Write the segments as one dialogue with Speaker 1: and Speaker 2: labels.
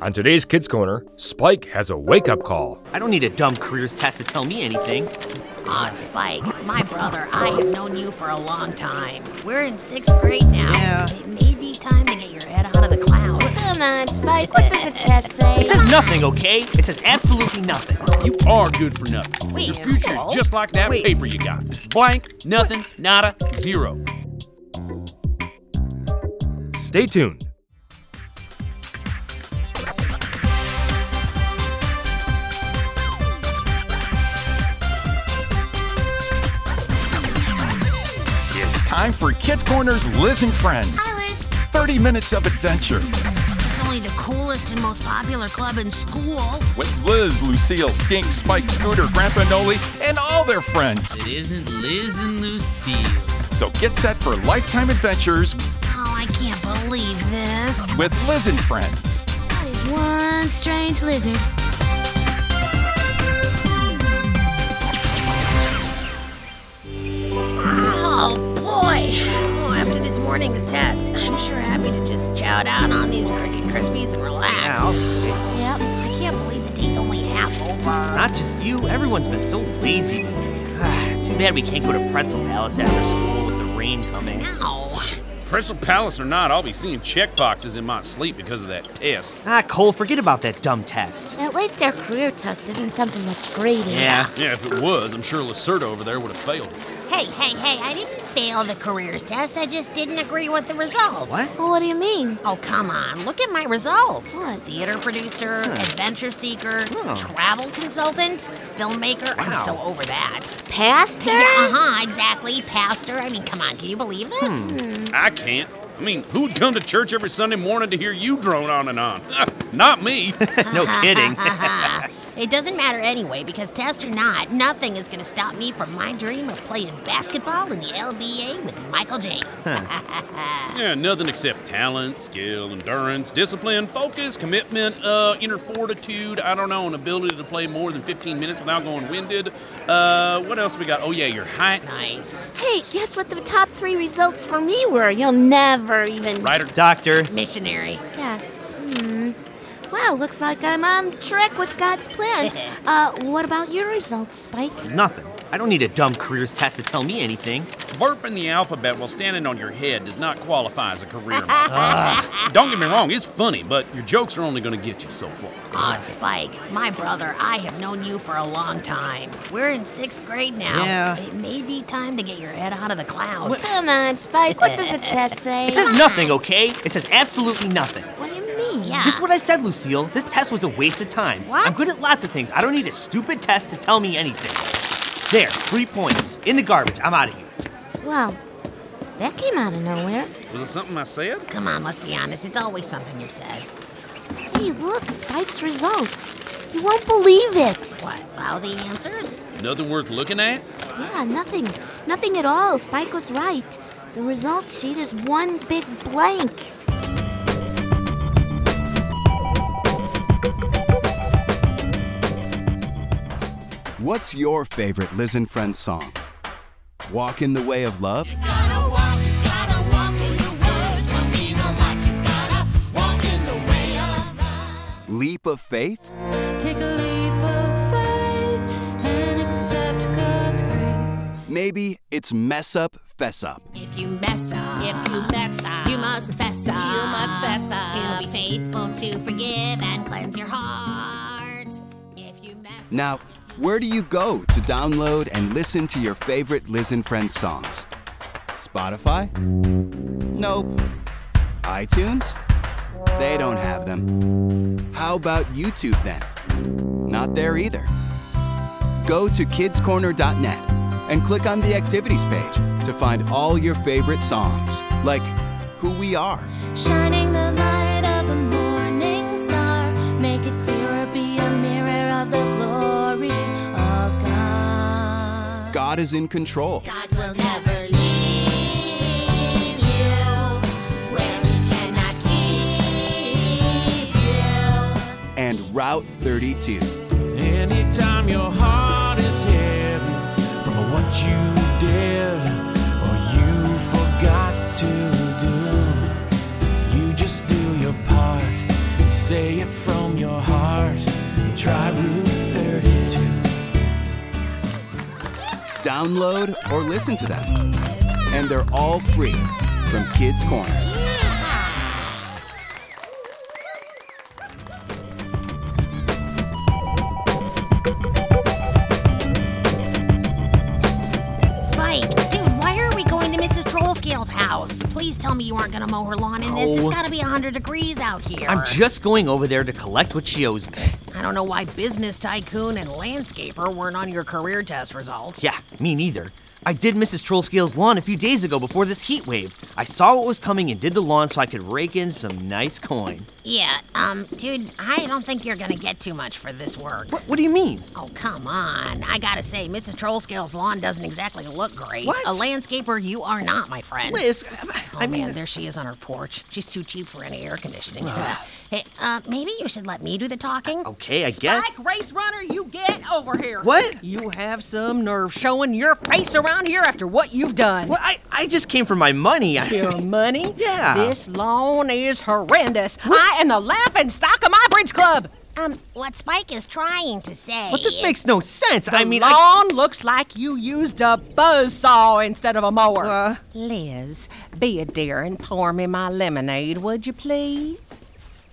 Speaker 1: On today's Kids Corner, Spike has a wake up call.
Speaker 2: I don't need a dumb careers test to tell me anything.
Speaker 3: Aw, Spike, my brother, I have known you for a long time. We're in sixth grade now.
Speaker 4: Yeah.
Speaker 3: It may be time to get your head out of the clouds.
Speaker 5: Come on, Spike. What does the test say?
Speaker 2: It says nothing, okay? It says absolutely nothing.
Speaker 6: You are good for nothing.
Speaker 3: Wait,
Speaker 6: Your future
Speaker 3: Paul?
Speaker 6: is just like that
Speaker 4: Wait.
Speaker 6: paper you got. Blank, nothing, nada, zero.
Speaker 1: Stay tuned.
Speaker 7: It's time for Kids Corner's Liz and Friends.
Speaker 3: Hi, Liz.
Speaker 7: 30 minutes of adventure
Speaker 3: It's only the coolest and most popular club in school. Oh,
Speaker 7: with Liz, Lucille, Skink, Spike, Scooter, Grandpa Noli, and all their friends.
Speaker 8: It isn't Liz and Lucille.
Speaker 7: So get set for lifetime adventures
Speaker 3: Oh, I can't believe this.
Speaker 7: with Liz and Friends.
Speaker 5: That is one strange lizard.
Speaker 3: Oh, boy. Oh, after this morning's test, I'm sure happy to just chow down on these Cricket Krispies and relax.
Speaker 2: I'll say.
Speaker 3: Yep. I can't believe the day's only half over.
Speaker 2: Not just you, everyone's been so lazy. Too bad we can't go to Pretzel Palace after school with the rain coming.
Speaker 3: Ow.
Speaker 6: Pretzel Palace or not, I'll be seeing check boxes in my sleep because of that test.
Speaker 2: Ah, Cole, forget about that dumb test.
Speaker 5: At least our career test isn't something that's graded.
Speaker 2: Yeah.
Speaker 6: Yeah, if it was, I'm sure Lacerda over there would have failed.
Speaker 3: Hey, hey, hey, I didn't fail the careers test. I just didn't agree with the results.
Speaker 2: What?
Speaker 5: Well, what do you mean?
Speaker 3: Oh, come on. Look at my results.
Speaker 5: What?
Speaker 3: Theater producer, adventure seeker,
Speaker 2: Huh.
Speaker 3: travel consultant, filmmaker. I'm
Speaker 2: Wow.
Speaker 3: so over that.
Speaker 5: Pastor?
Speaker 3: Yeah, uh huh, exactly. Pastor. I mean, come on, can you believe this?
Speaker 2: Hmm.
Speaker 6: I can't. I mean, who'd come to church every Sunday morning to hear you drone on and on? not me.
Speaker 2: no kidding.
Speaker 3: It doesn't matter anyway, because test or not, nothing is going to stop me from my dream of playing basketball in the LBA with Michael James.
Speaker 6: yeah, nothing except talent, skill, endurance, discipline, focus, commitment, uh, inner fortitude, I don't know, an ability to play more than 15 minutes without going winded. Uh, what else we got? Oh, yeah, your height.
Speaker 3: Nice.
Speaker 5: Hey, guess what the top three results for me were? You'll never even
Speaker 6: Rider.
Speaker 2: Doctor,
Speaker 3: Missionary.
Speaker 5: guess. Hmm. Well, looks like I'm on track with God's plan. uh, what about your results, Spike?
Speaker 2: nothing. I don't need a dumb careers test to tell me anything.
Speaker 6: Burping the alphabet while standing on your head does not qualify as a career. move. Don't get me wrong, it's funny, but your jokes are only going to get you so far.
Speaker 3: Aw, Spike, my brother, I have known you for a long time. We're in sixth grade now.
Speaker 2: Yeah.
Speaker 3: It may be time to get your head out of the clouds.
Speaker 5: Come on, Spike. What does the test say?
Speaker 2: It says nothing, okay? It says absolutely nothing.
Speaker 5: What do you mean?
Speaker 3: Yeah.
Speaker 2: Just what I said, Lucille. This test was a waste of time.
Speaker 3: What?
Speaker 2: I'm good at lots of things. I don't need a stupid test to tell me anything. There, three points. In the garbage. I'm out of here.
Speaker 5: Well, that came out of nowhere.
Speaker 6: Was it something I said?
Speaker 3: Come on, let's be honest. It's always something you said.
Speaker 5: Hey, look, Spike's results. You won't believe it.
Speaker 3: What, lousy answers?
Speaker 6: Nothing worth looking at?
Speaker 5: Yeah, nothing. Nothing at all. Spike was right. The results sheet is one big blank.
Speaker 9: What's your favorite Liz and Friends song? Walk in the Way of Love? Leap of Faith?
Speaker 10: Take a leap of faith and accept God's grace.
Speaker 9: Maybe it's Mess Up, Fess Up.
Speaker 3: If you mess up, if you mess up, you must fess up. You must fess up. He'll be faithful to forgive and cleanse your heart. If you mess
Speaker 9: Now, where do you go to download and listen to your favorite Liz and Friends songs? Spotify? Nope. iTunes? They don't have them. How about YouTube then? Not there either. Go to kidscorner.net and click on the activities page to find all your favorite songs, like Who We Are.
Speaker 10: Shining the light of the morning star. Make it clearer, be a mirror of the glory of God.
Speaker 9: God is in control.
Speaker 10: God will never leave you where He cannot keep you.
Speaker 9: And Route 32.
Speaker 11: Anytime your heart is heavy from what you did or you forgot to do, you just do your part and say a
Speaker 6: it from your heart and try Route 32.
Speaker 9: Download or listen to them. And they're all free from Kids Corner.
Speaker 3: Spike, dude, why are we going to Mrs. Trollscale's house? Please tell me you aren't gonna mow her lawn in this.
Speaker 2: No.
Speaker 3: It's gotta be 100 degrees out here.
Speaker 2: Oh. I'm just going over there to collect what she owes me.
Speaker 3: I don't know why business tycoon and landscaper weren't on your career test results.
Speaker 2: Yeah, me neither. I did Mrs. Trollscale's lawn a few days ago before this heat wave. I saw what was coming and did the lawn so I could rake in some nice coin.
Speaker 3: Yeah, um, dude, I don't think you're gonna get too much for this work. What,
Speaker 2: what do you mean?
Speaker 3: Oh, come on. I gotta say, Mrs. Trollscale's lawn doesn't exactly look great.
Speaker 2: What?
Speaker 3: A landscaper you are not, my friend.
Speaker 2: Liz,
Speaker 3: Oh, man, there she is on her porch. She's too cheap for any air conditioning. hey, uh, maybe you should let me do the talking.
Speaker 2: Uh, Okay, I guess.
Speaker 3: Spike, race runner, you get over here.
Speaker 2: What?
Speaker 3: You have some nerve showing your face around here after what you've done.
Speaker 2: Well, I, I just came for my money. I-
Speaker 3: Your money?
Speaker 2: Yeah.
Speaker 3: This lawn is horrendous. I am the laughing stock of my bridge club.
Speaker 5: Um, what Spike is trying to say.
Speaker 2: but this makes no sense. I mean, I.
Speaker 5: lawn looks like you used a
Speaker 3: Buzzsaw instead of a mower.
Speaker 2: Uh.
Speaker 3: Liz, be a dear and pour me my lemonade, would you please?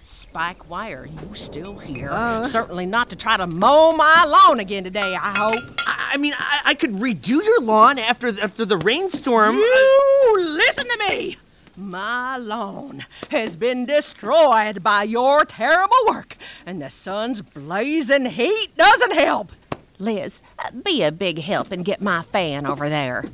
Speaker 3: Spike, why are you still here?
Speaker 2: Uh.
Speaker 3: Certainly not to try to mow my lawn again today, I hope.
Speaker 2: I I mean, I, I could redo your lawn after after the rainstorm. Uh,
Speaker 3: You listen to me! My lawn has been destroyed by your terrible work, and the sun's blazing heat doesn't help. Liz, uh, be a big help and get my fan over there.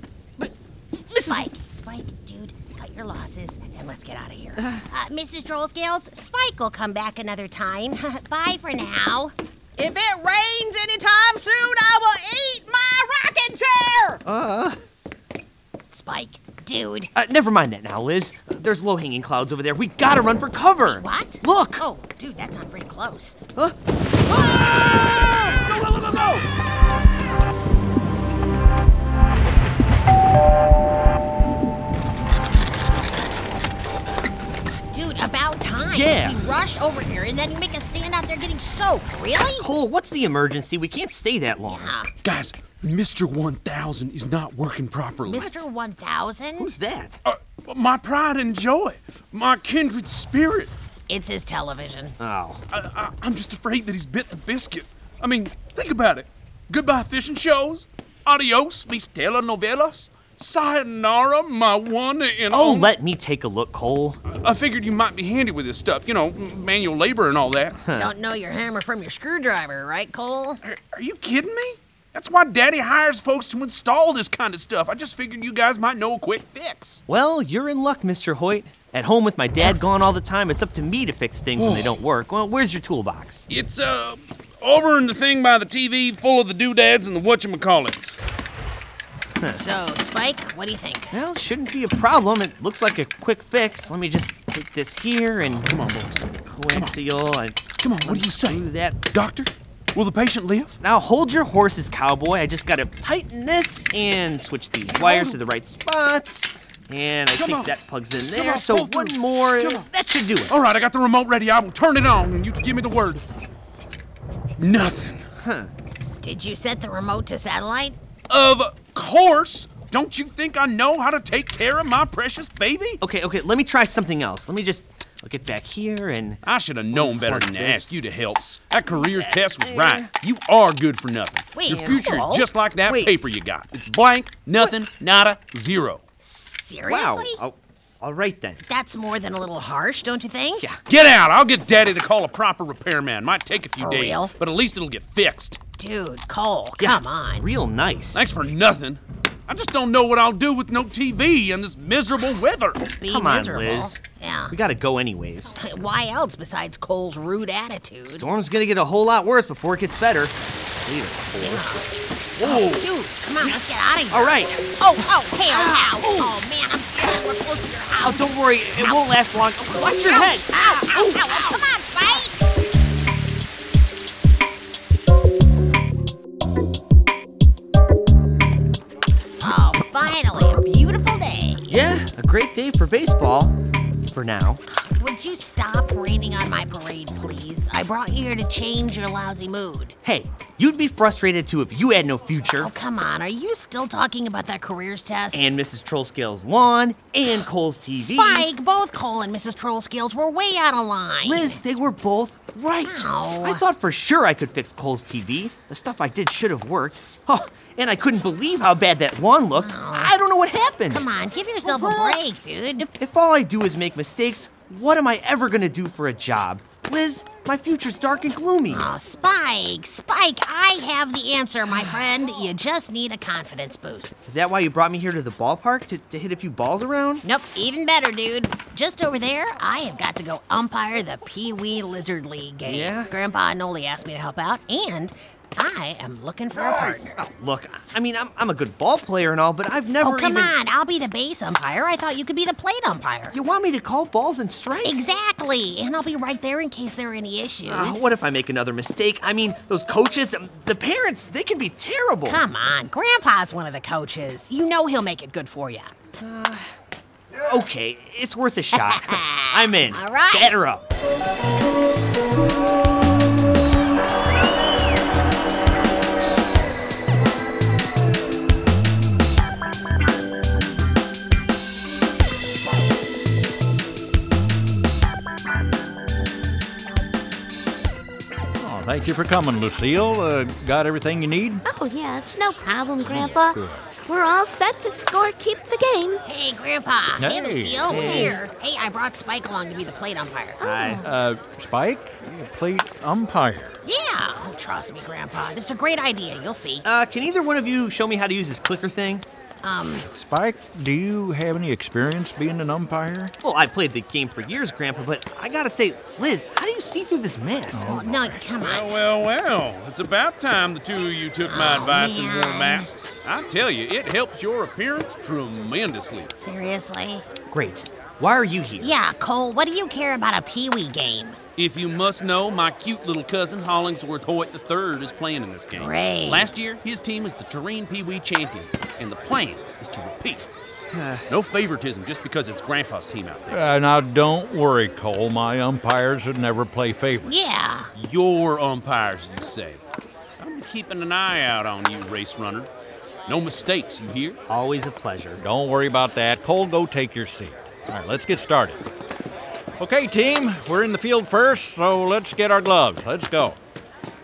Speaker 5: Spike.
Speaker 3: Spike, dude, cut your losses and let's get out of here.
Speaker 5: Uh, Mrs. Drollscales, Spike will come back another time. Bye for now.
Speaker 3: If it rains anytime soon, I will eat my rocking chair!
Speaker 2: Uh.
Speaker 5: Spike, dude.
Speaker 2: Uh, never mind that now, Liz. There's low hanging clouds over there. We gotta run for cover.
Speaker 5: What?
Speaker 2: Look!
Speaker 5: Oh, dude, that's not pretty close.
Speaker 2: Huh?
Speaker 5: Ah!
Speaker 2: Go, go, go, go!
Speaker 5: Dude, about time.
Speaker 2: Yeah.
Speaker 5: We rushed over here and then make us stand out there getting soaked. Really?
Speaker 2: Cole, what's the emergency? We can't stay that long.
Speaker 6: Guys, Mr. 1000 is not working properly.
Speaker 5: Mr. 1000?
Speaker 2: Who's that?
Speaker 6: Uh, my pride and joy, my kindred spirit.
Speaker 5: It's his television.
Speaker 2: Oh.
Speaker 7: uh,
Speaker 6: I, I, am just afraid that he's bit the biscuit. I mean, think about it. Goodbye, fishing shows. Adios, mis telenovelas. Sayonara, my one and
Speaker 2: Oh,
Speaker 6: only.
Speaker 2: let me take a look, Cole.
Speaker 6: I figured you might be handy with this stuff, you know, m- manual labor and all that.
Speaker 3: Don't know your hammer from your screwdriver, right, Cole?
Speaker 6: Are you kidding me? That's why Daddy hires folks to install this kind of stuff. I just figured you guys might know a quick fix.
Speaker 2: Well, you're in luck, Mr. Hoyt. At home with my dad gone all the time, it's up to me to fix things when they don't work. Well, where's your toolbox?
Speaker 6: It's, uh, over in the thing by the TV full of the doodads and the whatchamacallits.
Speaker 3: So, Spike, what do you think?
Speaker 2: Well, shouldn't be a problem. It looks like a quick fix. Let me just take this here and
Speaker 6: Come on, boys.
Speaker 2: coaxial and
Speaker 6: Come on, what do you say?
Speaker 2: do that.
Speaker 6: Doctor, will the patient live?
Speaker 2: Now hold your horses, cowboy. I just gotta tighten this and switch these wires to the right spots. And I
Speaker 6: Come
Speaker 2: think
Speaker 6: on.
Speaker 2: that plugs in
Speaker 6: Come
Speaker 2: there.
Speaker 6: on,
Speaker 2: so
Speaker 6: pull
Speaker 2: one
Speaker 6: through.
Speaker 2: more.
Speaker 6: Come on. Oh.
Speaker 2: That should do it.
Speaker 6: All right, I got the remote ready. I will turn it on, and you give me the word. Nothing.
Speaker 3: Did you set the remote to satellite?
Speaker 6: Of course. Don't you think I know how to take care of my precious baby?
Speaker 2: Okay, okay. Let me try something else. Let me just I'll get back here and
Speaker 6: I should have known better than to
Speaker 2: Unplug this.
Speaker 6: ask you to help. That career test was right. You are good for nothing.
Speaker 5: Wait,
Speaker 6: Your future
Speaker 5: hello?
Speaker 6: is just like that
Speaker 2: Wait.
Speaker 6: paper you got. It's blank, nothing, nada, zero.
Speaker 5: Seriously?
Speaker 2: wow. Oh, all right then.
Speaker 5: That's more than a little harsh, don't you think?
Speaker 2: Yeah.
Speaker 6: Get out! I'll get Daddy to call a proper repairman. Might take a few
Speaker 5: For
Speaker 6: days,
Speaker 5: real?
Speaker 6: but at least it'll get fixed.
Speaker 5: Dude, Cole,
Speaker 2: Yeah,
Speaker 5: come on.
Speaker 2: Real nice.
Speaker 6: Thanks for nothing. I just don't know what I'll do with no TV and this miserable weather.
Speaker 5: Be
Speaker 2: Come on,
Speaker 5: miserable.
Speaker 2: Liz.
Speaker 5: Yeah.
Speaker 2: We gotta go anyways.
Speaker 5: Why else besides Cole's rude attitude?
Speaker 2: Storm's gonna get a whole lot worse before it gets better. Later.
Speaker 5: Dude, come on, let's get out of here.
Speaker 2: All right. Ah,
Speaker 5: Oh, oh, hey, ow. Oh, man, I'm glad we're close to your house.
Speaker 2: Oh, don't worry. It won't last long. Oh, Watch your
Speaker 5: Ouch,
Speaker 2: head.
Speaker 5: Ow, ow, ow, ow. Come on, Spike. Oh, finally, a beautiful day.
Speaker 2: Yeah, a great day for baseball. For now.
Speaker 5: Would you stop raining on my parade, please? I brought you here to change your lousy mood.
Speaker 2: Hey, you'd be frustrated too if you had no future.
Speaker 5: Oh, come on. Are you still talking about that careers test?
Speaker 2: And Mrs. Trollscale's lawn, and Cole's TV.
Speaker 5: Spike, both Cole and Mrs. Trollscales were way out of line.
Speaker 2: Liz, they were both right.
Speaker 5: Ow.
Speaker 2: I thought for sure I could fix Cole's TV. The stuff I did should have worked. Oh, and I couldn't believe how bad that lawn looked. I don't know what happened.
Speaker 5: Come on, give yourself a break, dude.
Speaker 2: If, if all I do is make mistakes, what am I ever gonna do for a job? Liz, my future's dark and gloomy.
Speaker 5: Oh, Spike, Spike, I have the answer, my friend. You just need a confidence boost.
Speaker 2: Is that why you brought me here to the ballpark? To, to hit a few balls around?
Speaker 5: Nope, even better, dude. Just over there, I have got to go umpire the Pee Wee Lizard League game.
Speaker 2: Yeah?
Speaker 5: Grandpa Noli asked me to help out, and I am looking for a partner.
Speaker 2: Oh, Look, I mean, I'm, I'm a good ball player and all, but I've never
Speaker 5: Oh, come
Speaker 2: even-
Speaker 5: on, I'll be the base umpire. I thought you could be the plate umpire.
Speaker 2: You want me to call balls and strikes?
Speaker 5: Exactly, and I'll be right there in case there are any issues.
Speaker 2: Ah, what if I make another mistake? I mean, those coaches, um, the parents, they can be terrible.
Speaker 5: Come on, Grandpa's one of the coaches. You know he'll make it good for you.
Speaker 2: Okay, it's worth a shot. I'm in.
Speaker 5: All right.
Speaker 2: Batter up.
Speaker 6: Oh, thank you for coming, Lucille. Uh, got everything you need?
Speaker 12: Oh, yeah, it's no problem, Grandpa. We're all set to score keep the game.
Speaker 5: Hey, Grandpa. Hey,
Speaker 6: Hey,
Speaker 5: Lucille.
Speaker 6: hey.
Speaker 5: Here. Hey, I brought Spike along to be the plate umpire.
Speaker 12: Oh.
Speaker 6: Uh, Spike, plate um, umpire.
Speaker 5: Yeah. Oh, trust me, Grandpa. This is a great idea. You'll see.
Speaker 2: Uh, can either one of you show me how to use this clicker thing?
Speaker 5: Um,
Speaker 6: Spike, do you have any experience being an umpire?
Speaker 2: Well, I played the game for years, Grandpa, but I gotta say, Liz, how do you see through this mask?
Speaker 6: Oh.
Speaker 5: well, Oh, no, come on.
Speaker 13: Oh, Well, well, it's about time the two of you took my advice and wore masks. I tell you, it helps your appearance tremendously.
Speaker 5: Seriously?
Speaker 2: Great. Why are you here?
Speaker 5: Yeah, Cole, what do you care about a Pee Wee game?
Speaker 13: If you must know, my cute little cousin Hollingsworth Hoyt III is playing in this game.
Speaker 5: Great.
Speaker 13: Last year, his team is the Terrain Pee Wee Champions, and the plan is to repeat. no favoritism just because it's Grandpa's team out there.
Speaker 6: Uh, now, don't worry, Cole. My umpires would never play favorites.
Speaker 5: Yeah.
Speaker 13: Your umpires, you say. I'm keeping an eye out on you, race runner. No mistakes, you hear?
Speaker 2: Always a pleasure.
Speaker 6: Don't worry about that. Cole, go take your seat. All right, let's get started. Okay, team, we're in the field first, so let's get our gloves. Let's go.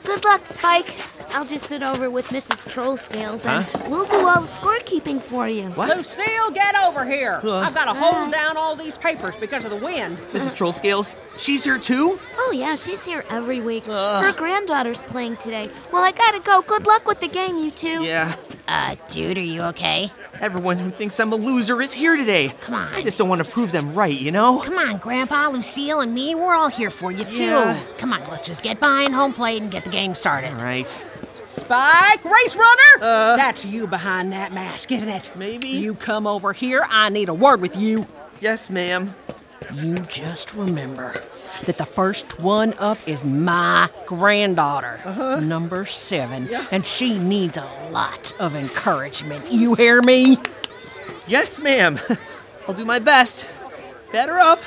Speaker 12: Good luck, Spike. I'll just sit over with Mrs. Trollscales and we'll do all the scorekeeping for you.
Speaker 3: Lucille, get over here.
Speaker 12: Huh?
Speaker 3: I've got to hold down all these papers because of the wind.
Speaker 2: Mrs. Trollscales, she's here too?
Speaker 12: Oh, yeah, she's here every week. Her granddaughter's playing today. Well, I gotta go. Good luck with the game, you two.
Speaker 2: Yeah.
Speaker 5: Uh, dude, are you okay?
Speaker 2: Everyone who thinks I'm a loser is here today. Come
Speaker 5: on.
Speaker 2: I just don't want to prove them right, you know?
Speaker 5: Come on, Grandpa, Lucille, and me, we're all here for you, too.
Speaker 2: Yeah.
Speaker 5: Come on, let's just get behind home plate and get the game started.
Speaker 2: All right.
Speaker 3: Spike, race runner! That's you behind that mask, isn't it?
Speaker 2: Uh. Maybe.
Speaker 3: You come over here, I need a word with you.
Speaker 2: Yes, ma'am.
Speaker 3: You just remember that the first one up is my granddaughter,
Speaker 2: Uh-huh.
Speaker 3: number seven, and she needs a lot of encouragement. You hear me?
Speaker 2: Yes, ma'am. I'll do my best. Better up.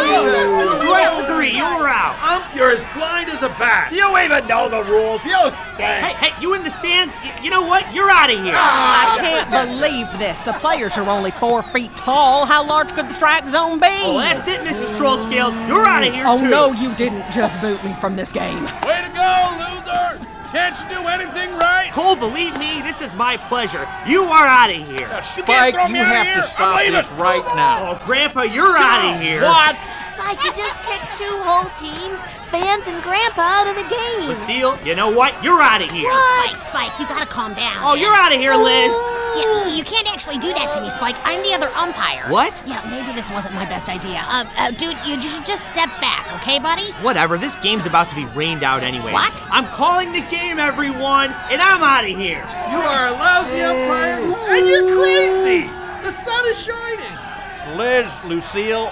Speaker 14: Strike three, you're out. you're as blind as a bat. Do you even know the rules? You stink.
Speaker 2: Hey, hey, you in the stands? Y- you know what? You're out of here.
Speaker 3: I can't believe this. The players are only four feet tall. How large could the strike zone be?
Speaker 2: Well, Oh, that's it, Mrs. Trollscales. You're out of here,
Speaker 3: Oh,
Speaker 2: too.
Speaker 3: no, you didn't just boot me from this game.
Speaker 13: Way to go, loser! Can't you do anything right?
Speaker 2: Cole, Oh, believe me, this is my pleasure. You are out of here.
Speaker 6: Spike, you have to stop this right now.
Speaker 2: Oh, Grandpa, you're out of here.
Speaker 6: What?
Speaker 12: Spike, you just kicked two whole teams, fans and Grandpa, out of the game.
Speaker 2: Lucille, you know what? You're out of here.
Speaker 5: What? Spike, Spike, you gotta calm down.
Speaker 2: Oh, you're out of here, Liz.
Speaker 5: Yeah, you can't actually do that to me, Spike. I'm the other umpire.
Speaker 2: What?
Speaker 5: Yeah, maybe this wasn't my best idea. Um, uh, dude, you should just step back, okay, buddy?
Speaker 2: Whatever, this game's about to be rained out anyway.
Speaker 5: What?
Speaker 2: I'm calling the game, everyone, and I'm out of here.
Speaker 14: You are a lousy umpire, and you're crazy. The sun is shining.
Speaker 6: Liz, Lucille,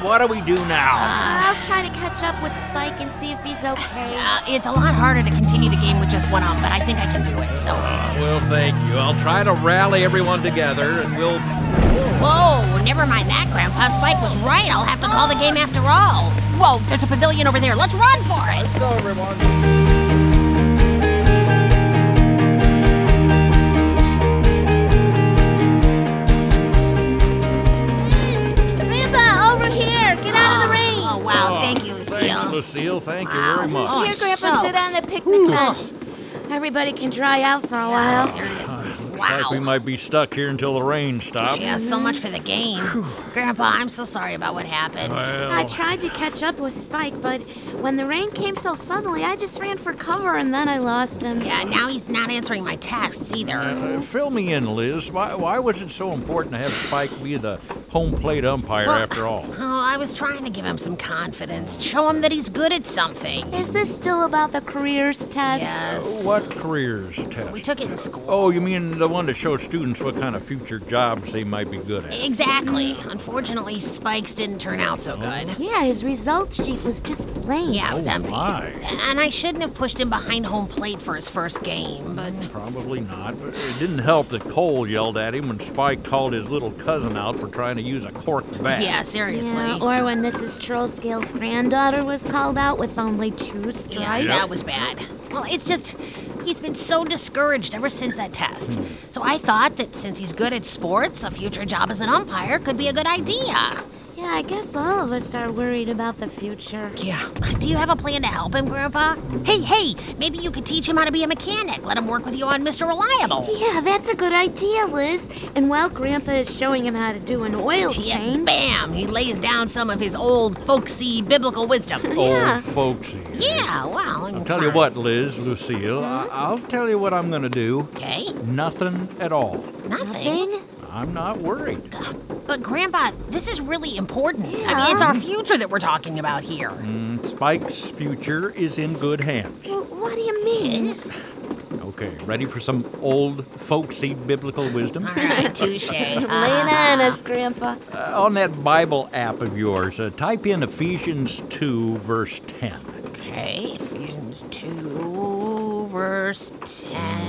Speaker 6: What do we do now?
Speaker 12: I'll try to catch up with Spike and see if he's okay.
Speaker 5: Uh, it's a lot harder to continue the game with just one arm, but I think I can do it, so.
Speaker 6: Well, thank you. I'll try to rally everyone together and we'll.
Speaker 5: Whoa, never mind that, Grandpa. Spike was right. I'll have to call the game after all. Whoa, there's a pavilion over there. Let's run for it. Let's go, everyone.
Speaker 12: Grandpa, over here! Get out of the rain!
Speaker 5: Oh, wow. Thank you, Lucille.
Speaker 6: Thanks, Lucille. Thank you very much.
Speaker 12: Here, Grandpa, sit on the picnic bench. Everybody can dry out for a while.
Speaker 6: Looks like we might be stuck here until the rain stops.
Speaker 5: Yeah, so much for the game. Grandpa, I'm so sorry about what happened.
Speaker 12: I tried to catch up with Spike, but when the rain came so suddenly, I just ran for cover and then I lost him.
Speaker 5: Yeah, now he's not answering my texts either.
Speaker 6: Uh, fill me in, Liz. Why, why was it so important to have Spike be the home plate umpire
Speaker 5: Well-
Speaker 6: after all?
Speaker 5: Oh, I was trying to give him some confidence, show him that he's good at something.
Speaker 12: Is this still about the careers test?
Speaker 5: Yes.
Speaker 6: What careers test?
Speaker 5: We took it in school.
Speaker 6: Oh, you mean the one to show students what kind of future jobs they might be good at?
Speaker 5: Exactly. Unfortunately, Spikes didn't turn out so good.
Speaker 12: Yeah, his result sheet was just plain.
Speaker 5: Yeah, it was empty.
Speaker 6: Oh, my.
Speaker 5: And I shouldn't have pushed him behind home plate for his first game, but
Speaker 6: Probably not. But it didn't help that Cole yelled at him when Spike called his little cousin out for trying to use a corked bat.
Speaker 5: yeah, seriously.
Speaker 12: Yeah, or when Mrs. Trollscale's granddaughter was called out with only two strikes.
Speaker 5: Yeah, that was bad. Well, it's just he's been so discouraged ever since that test. So I thought that since he's good at sports, a future job as an umpire could be a good idea.
Speaker 12: Yeah, I guess all of us are worried about the future.
Speaker 5: Yeah. Do you have a plan to help him, Grandpa? Hey, hey, maybe you could teach him how to be a mechanic. Let him work with you on Mr. Reliable.
Speaker 12: Yeah, that's a good idea, Liz. And while Grandpa is showing him how to do an oil
Speaker 5: Yeah,
Speaker 12: change,
Speaker 5: bam! He lays down some of his old folksy biblical wisdom.
Speaker 6: Old folksy.
Speaker 5: Yeah, well,
Speaker 6: I'll tell you what, Liz, Lucille, I- I'll tell you what I'm going to do.
Speaker 5: Okay.
Speaker 6: Nothing at all.
Speaker 5: Nothing.
Speaker 6: I'm not worried.
Speaker 5: But Grandpa, this is really important. I mean, it's our future that we're talking about here.
Speaker 6: Mm, Spike's future is in good hands.
Speaker 12: Well, what do you mean?
Speaker 6: Okay, ready for some old folksy biblical wisdom?
Speaker 5: All right, touche. Uh-huh.
Speaker 12: Lay it on us, Grandpa.
Speaker 6: Uh, on that Bible app of yours, uh, type in Ephesians 2, verse 10.
Speaker 5: Okay, Ephesians 2, verse 10.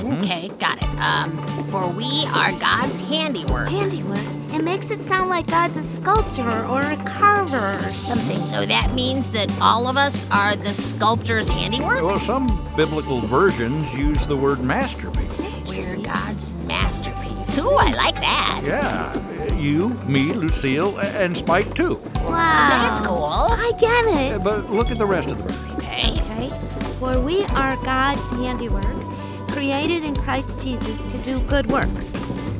Speaker 6: Mm-hmm.
Speaker 5: Okay, got it. Um, for we are God's handiwork.
Speaker 12: Handiwork. It makes it sound like God's a sculptor or a carver or something.
Speaker 5: So that means that all of us are the sculptor's handiwork?
Speaker 6: Well, some biblical versions use the word masterpiece.
Speaker 5: We're God's masterpiece. Ooh, I like that.
Speaker 6: Yeah, you, me, Lucille, a- and Spike too.
Speaker 12: Wow.
Speaker 5: That's cool.
Speaker 12: I get
Speaker 6: Uh,
Speaker 12: it.
Speaker 6: But look at the rest of the verse.
Speaker 5: Okay.
Speaker 12: Okay. For we are God's handiwork, created in Christ Jesus to do good works,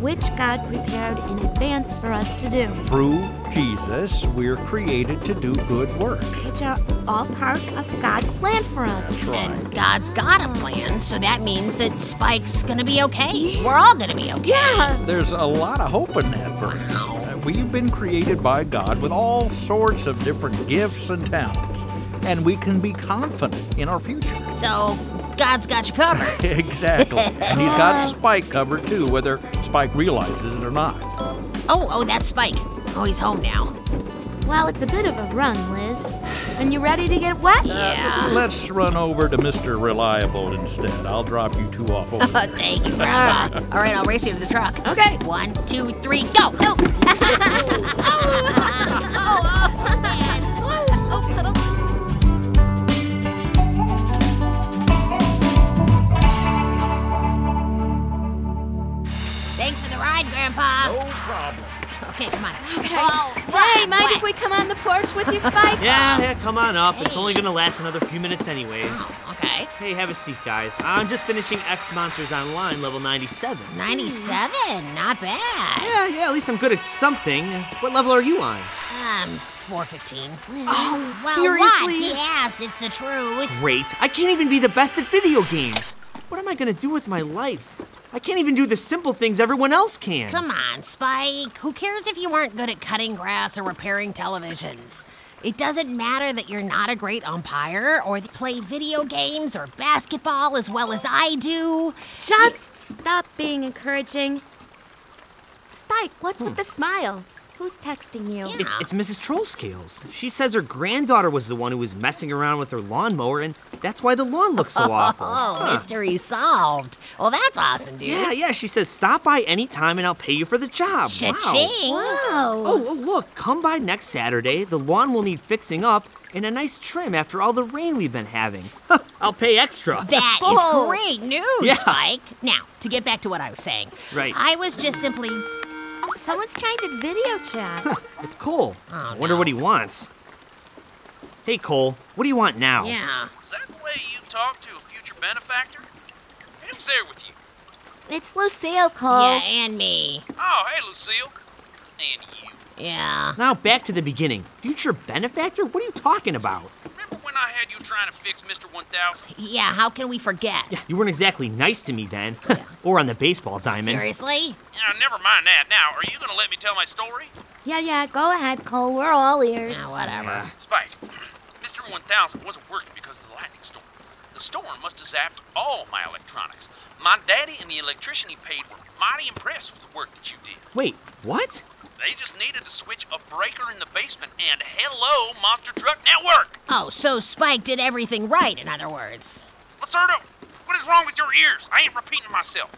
Speaker 12: which God prepared in advance for us to do,
Speaker 6: Through Jesus, we're created to do good works.
Speaker 12: which are all part of God's plan for us.
Speaker 5: And God's got a plan, so that means that Spike's gonna be okay. We're all gonna be okay.
Speaker 12: Yeah.
Speaker 6: There's a lot of hope in that verse. Uh, We've been created by God with all sorts of different gifts and talents, and we can be confident in our future.
Speaker 5: So God's got you covered.
Speaker 6: Exactly. and he's got Spike covered too, whether Spike realizes it or not.
Speaker 5: Oh, oh, that's Spike. Oh, he's home now.
Speaker 12: Well, it's a bit of a run, Liz. And you ready to get wet?
Speaker 5: Yeah.
Speaker 6: Let's run over to Mr. Reliable instead. I'll drop you two off over there.
Speaker 5: Thank you, Grandpa. All right, I'll race you to the truck. Okay. One, two, three, go. No. Thanks for the ride, Grandpa. No
Speaker 6: problem.
Speaker 5: Okay, come on.
Speaker 12: Okay.
Speaker 5: Oh,
Speaker 12: Hey, mind if we come on the porch with you, Spike?
Speaker 2: Yeah, yeah, come on up. It's only gonna last another few minutes, anyways.
Speaker 5: Okay.
Speaker 2: Hey, have a seat, guys. I'm just finishing X Monsters Online level 97.
Speaker 5: 97. Not bad.
Speaker 2: Yeah, yeah, at least I'm good at something. What level are you on?
Speaker 5: Um, 415.
Speaker 2: Oh,
Speaker 5: well,
Speaker 2: seriously?
Speaker 5: What? He asked. It's the truth.
Speaker 2: Great. I can't even be the best at video games. What am I gonna do with my life? I can't even do the simple things everyone else can.
Speaker 5: Come on, Spike. Who cares if you aren't good at cutting grass or repairing televisions? It doesn't matter that you're not a great umpire or that you play video games or basketball as well as I do.
Speaker 12: Just stop being encouraging. Spike, what's with the smile? Who's texting you?
Speaker 2: It's, it's Mrs. Trollscales. She says her granddaughter was the one who was messing around with her lawnmower, and that's why the lawn looks so awful.
Speaker 5: Oh,
Speaker 2: Huh.
Speaker 5: mystery solved. Well, that's awesome, dude.
Speaker 2: Yeah, yeah. She says, stop by any time and I'll pay you for the job. Wow.
Speaker 5: Cha-ching. Wow.
Speaker 2: Oh, oh, look, come by next Saturday. The lawn will need fixing up and a nice trim after all the rain we've been having. I'll pay extra.
Speaker 5: That is
Speaker 2: Oh.
Speaker 5: great news,
Speaker 2: Yeah.
Speaker 5: Spike. Now, to get back to what I was saying.
Speaker 2: Right.
Speaker 5: I was just simply.
Speaker 12: Someone's trying to video chat.
Speaker 2: It's Cole. I wonder what he wants. Hey, Cole, what do you want now?
Speaker 12: Yeah.
Speaker 1: Is that the way you talk to a future benefactor? Hey, who's there with you?
Speaker 12: It's Lucille, Cole.
Speaker 5: Yeah, and me.
Speaker 1: Oh, hey, Lucille. And you.
Speaker 5: Yeah.
Speaker 2: Now back to the beginning. Future benefactor? What are you talking about?
Speaker 1: Remember when I had you trying to fix Mr. 1000?
Speaker 5: Yeah, how can we forget?
Speaker 2: You weren't exactly nice to me then. or on the baseball diamond.
Speaker 5: Seriously?
Speaker 1: Yeah, never mind that. Now, are you going to let me tell my story?
Speaker 12: Yeah, yeah, go ahead, Cole. We're all ears.
Speaker 5: Ah,
Speaker 1: Yeah. Spike, Mr. 1000 wasn't working because of the lightning storm. The storm must have zapped all my electronics. My daddy and the electrician he paid were mighty impressed with the work that you did.
Speaker 2: Wait, what?
Speaker 1: They just needed to switch a breaker in the basement, and hello, Monster Truck Network!
Speaker 5: Oh, so Spike did everything right, in other words.
Speaker 1: Lacerda, what is wrong with your ears? I ain't repeating myself.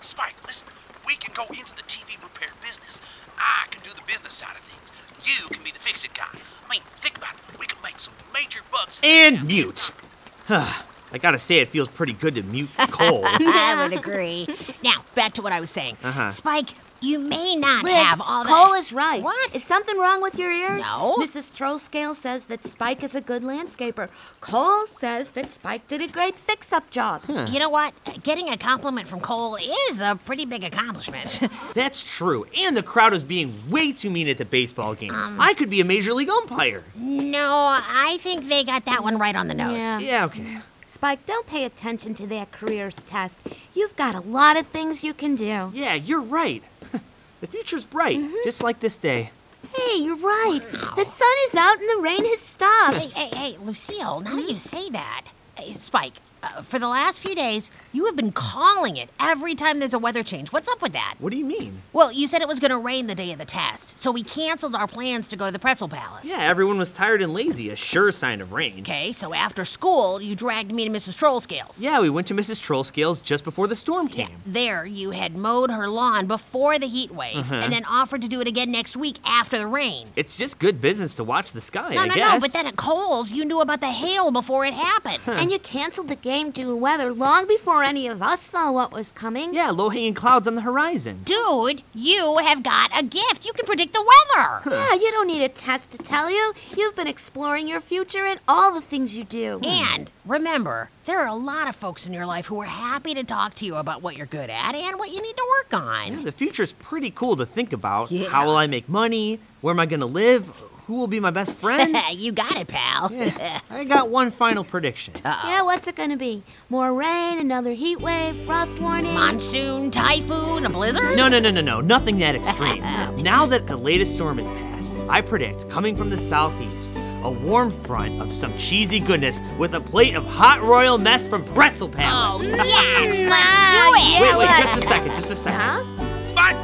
Speaker 1: Spike, listen, we can go into the TV repair business. I can do the business side of things. You can be the fix it guy. I mean, think about it. We can make some major bucks.
Speaker 2: And mute. I gotta say, it feels pretty good to mute Cole.
Speaker 5: I would agree. Now, back to what I was saying.
Speaker 2: Uh-huh.
Speaker 5: Spike, you may not
Speaker 12: Liz,
Speaker 5: have all that.
Speaker 12: Cole is right. What? Is something wrong with your ears?
Speaker 5: No.
Speaker 12: Mrs. Trollscale says that Spike is a good landscaper. Cole says that Spike did a great fix-up job.
Speaker 2: Huh.
Speaker 5: You know what? Getting a compliment from Cole is a pretty big accomplishment.
Speaker 2: That's true. And the crowd is being way too mean at the baseball game.
Speaker 5: Um.
Speaker 2: I could be a major league umpire.
Speaker 5: no, I think they got that one right on the nose.
Speaker 12: Yeah.
Speaker 2: okay.
Speaker 12: Spike, don't pay attention to that careers test. You've got a lot of things you can do.
Speaker 2: Yeah, you're right. The future's bright,
Speaker 5: Mm-hmm.
Speaker 2: just like this day.
Speaker 12: Hey, you're right. The sun is out and the rain has stopped.
Speaker 5: Hey, hey, hey, Lucille, now that you say that, uh, Spike, uh, for the last few days, you have been calling it every time there's a weather change. What's up with that?
Speaker 2: What do you mean?
Speaker 5: Well, you said it was going to rain the day of the test, so we canceled our plans to go to the Pretzel Palace.
Speaker 2: Yeah, everyone was tired and lazy, a sure sign of rain.
Speaker 5: Okay, so after school, you dragged me to Mrs. Trollscales.
Speaker 2: Yeah, we went to Mrs. Trollscales just before the storm came.
Speaker 5: There, you had mowed her lawn before the heat wave
Speaker 2: Uh-huh.
Speaker 5: and then offered to do it again next week after the rain.
Speaker 2: It's just good business to watch the sky,
Speaker 5: no,
Speaker 2: I
Speaker 5: no,
Speaker 2: guess.
Speaker 5: no, but then at Cole's, you knew about the hail before it happened.
Speaker 12: And you canceled the game due to weather long before any of us saw what was coming.
Speaker 2: Yeah, low hanging clouds on the horizon.
Speaker 5: Dude, you have got a gift. You can predict the weather.
Speaker 12: Yeah, you don't need a test to tell you. You've been exploring your future in all the things you do.
Speaker 5: Hmm. And remember, there are a lot of folks in your life who are happy to talk to you about what you're good at and what you need to work on.
Speaker 2: The future's pretty cool to think about.
Speaker 5: Yeah.
Speaker 2: How will I make money? Where am I gonna live? Who will be my best friend?
Speaker 5: you got it, pal.
Speaker 2: Yeah, I got one final prediction.
Speaker 12: Yeah, what's it gonna be? More rain, another heat wave, frost warning.
Speaker 5: Monsoon, typhoon, a blizzard?
Speaker 2: No, no, no, no, no, nothing that extreme. now that the latest storm is past, I predict coming from the southeast a warm front of some cheesy goodness with a plate of hot royal mess from Pretzel Palace.
Speaker 5: Oh, Yes,
Speaker 12: Ah,
Speaker 2: wait,
Speaker 5: let's Uh-huh. do
Speaker 2: wait,
Speaker 5: it.
Speaker 2: just a second, just a second.
Speaker 1: Spike,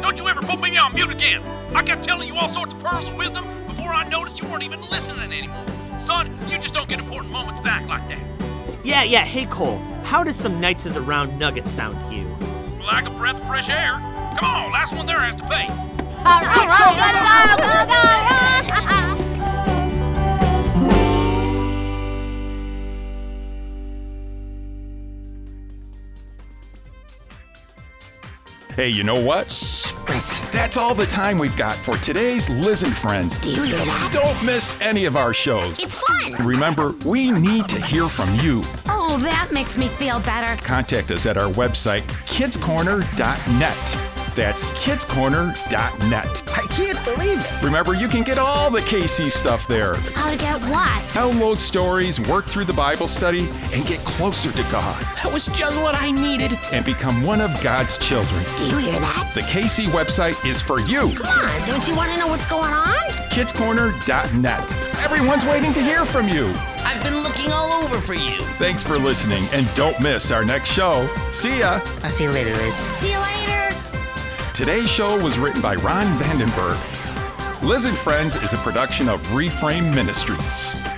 Speaker 1: don't you ever put me on mute again. I kept telling you all sorts of pearls of wisdom before I noticed you weren't even listening anymore. Son, you just don't get important moments back like that.
Speaker 2: Yeah, yeah, hey Cole, how does some Knights of the Round Nuggets sound to you?
Speaker 1: Like a breath of fresh air. Come on, last one there has to pay.
Speaker 5: All right, go, go, go, go, go.
Speaker 7: Hey, you know what? That's all the time we've got for today's Listen Friends. Do you hear that? Don't miss any of our shows.
Speaker 15: It's fun.
Speaker 7: Remember, we need to hear from you.
Speaker 15: Oh, that makes me feel better.
Speaker 7: Contact us at our website, kidscorner.net. That's kidscorner.net.
Speaker 15: I can't believe it.
Speaker 7: Remember, you can get all the KC stuff there.
Speaker 15: How to get what?
Speaker 7: Download stories, work through the Bible study, and get closer to God.
Speaker 15: That was just what I needed.
Speaker 7: and become one of God's children.
Speaker 15: Do you hear that?
Speaker 7: The KC website is for you.
Speaker 15: Come on, don't you want to know what's going on?
Speaker 7: Kidscorner.net. Everyone's waiting to hear from you.
Speaker 15: I've been looking all over for you.
Speaker 7: Thanks for listening and don't miss our next show. See ya.
Speaker 15: I'll see you later, Liz. See you later.
Speaker 7: Today's show was written by Ron Vandenberg. Liz and Friends is a production of Reframe Ministries.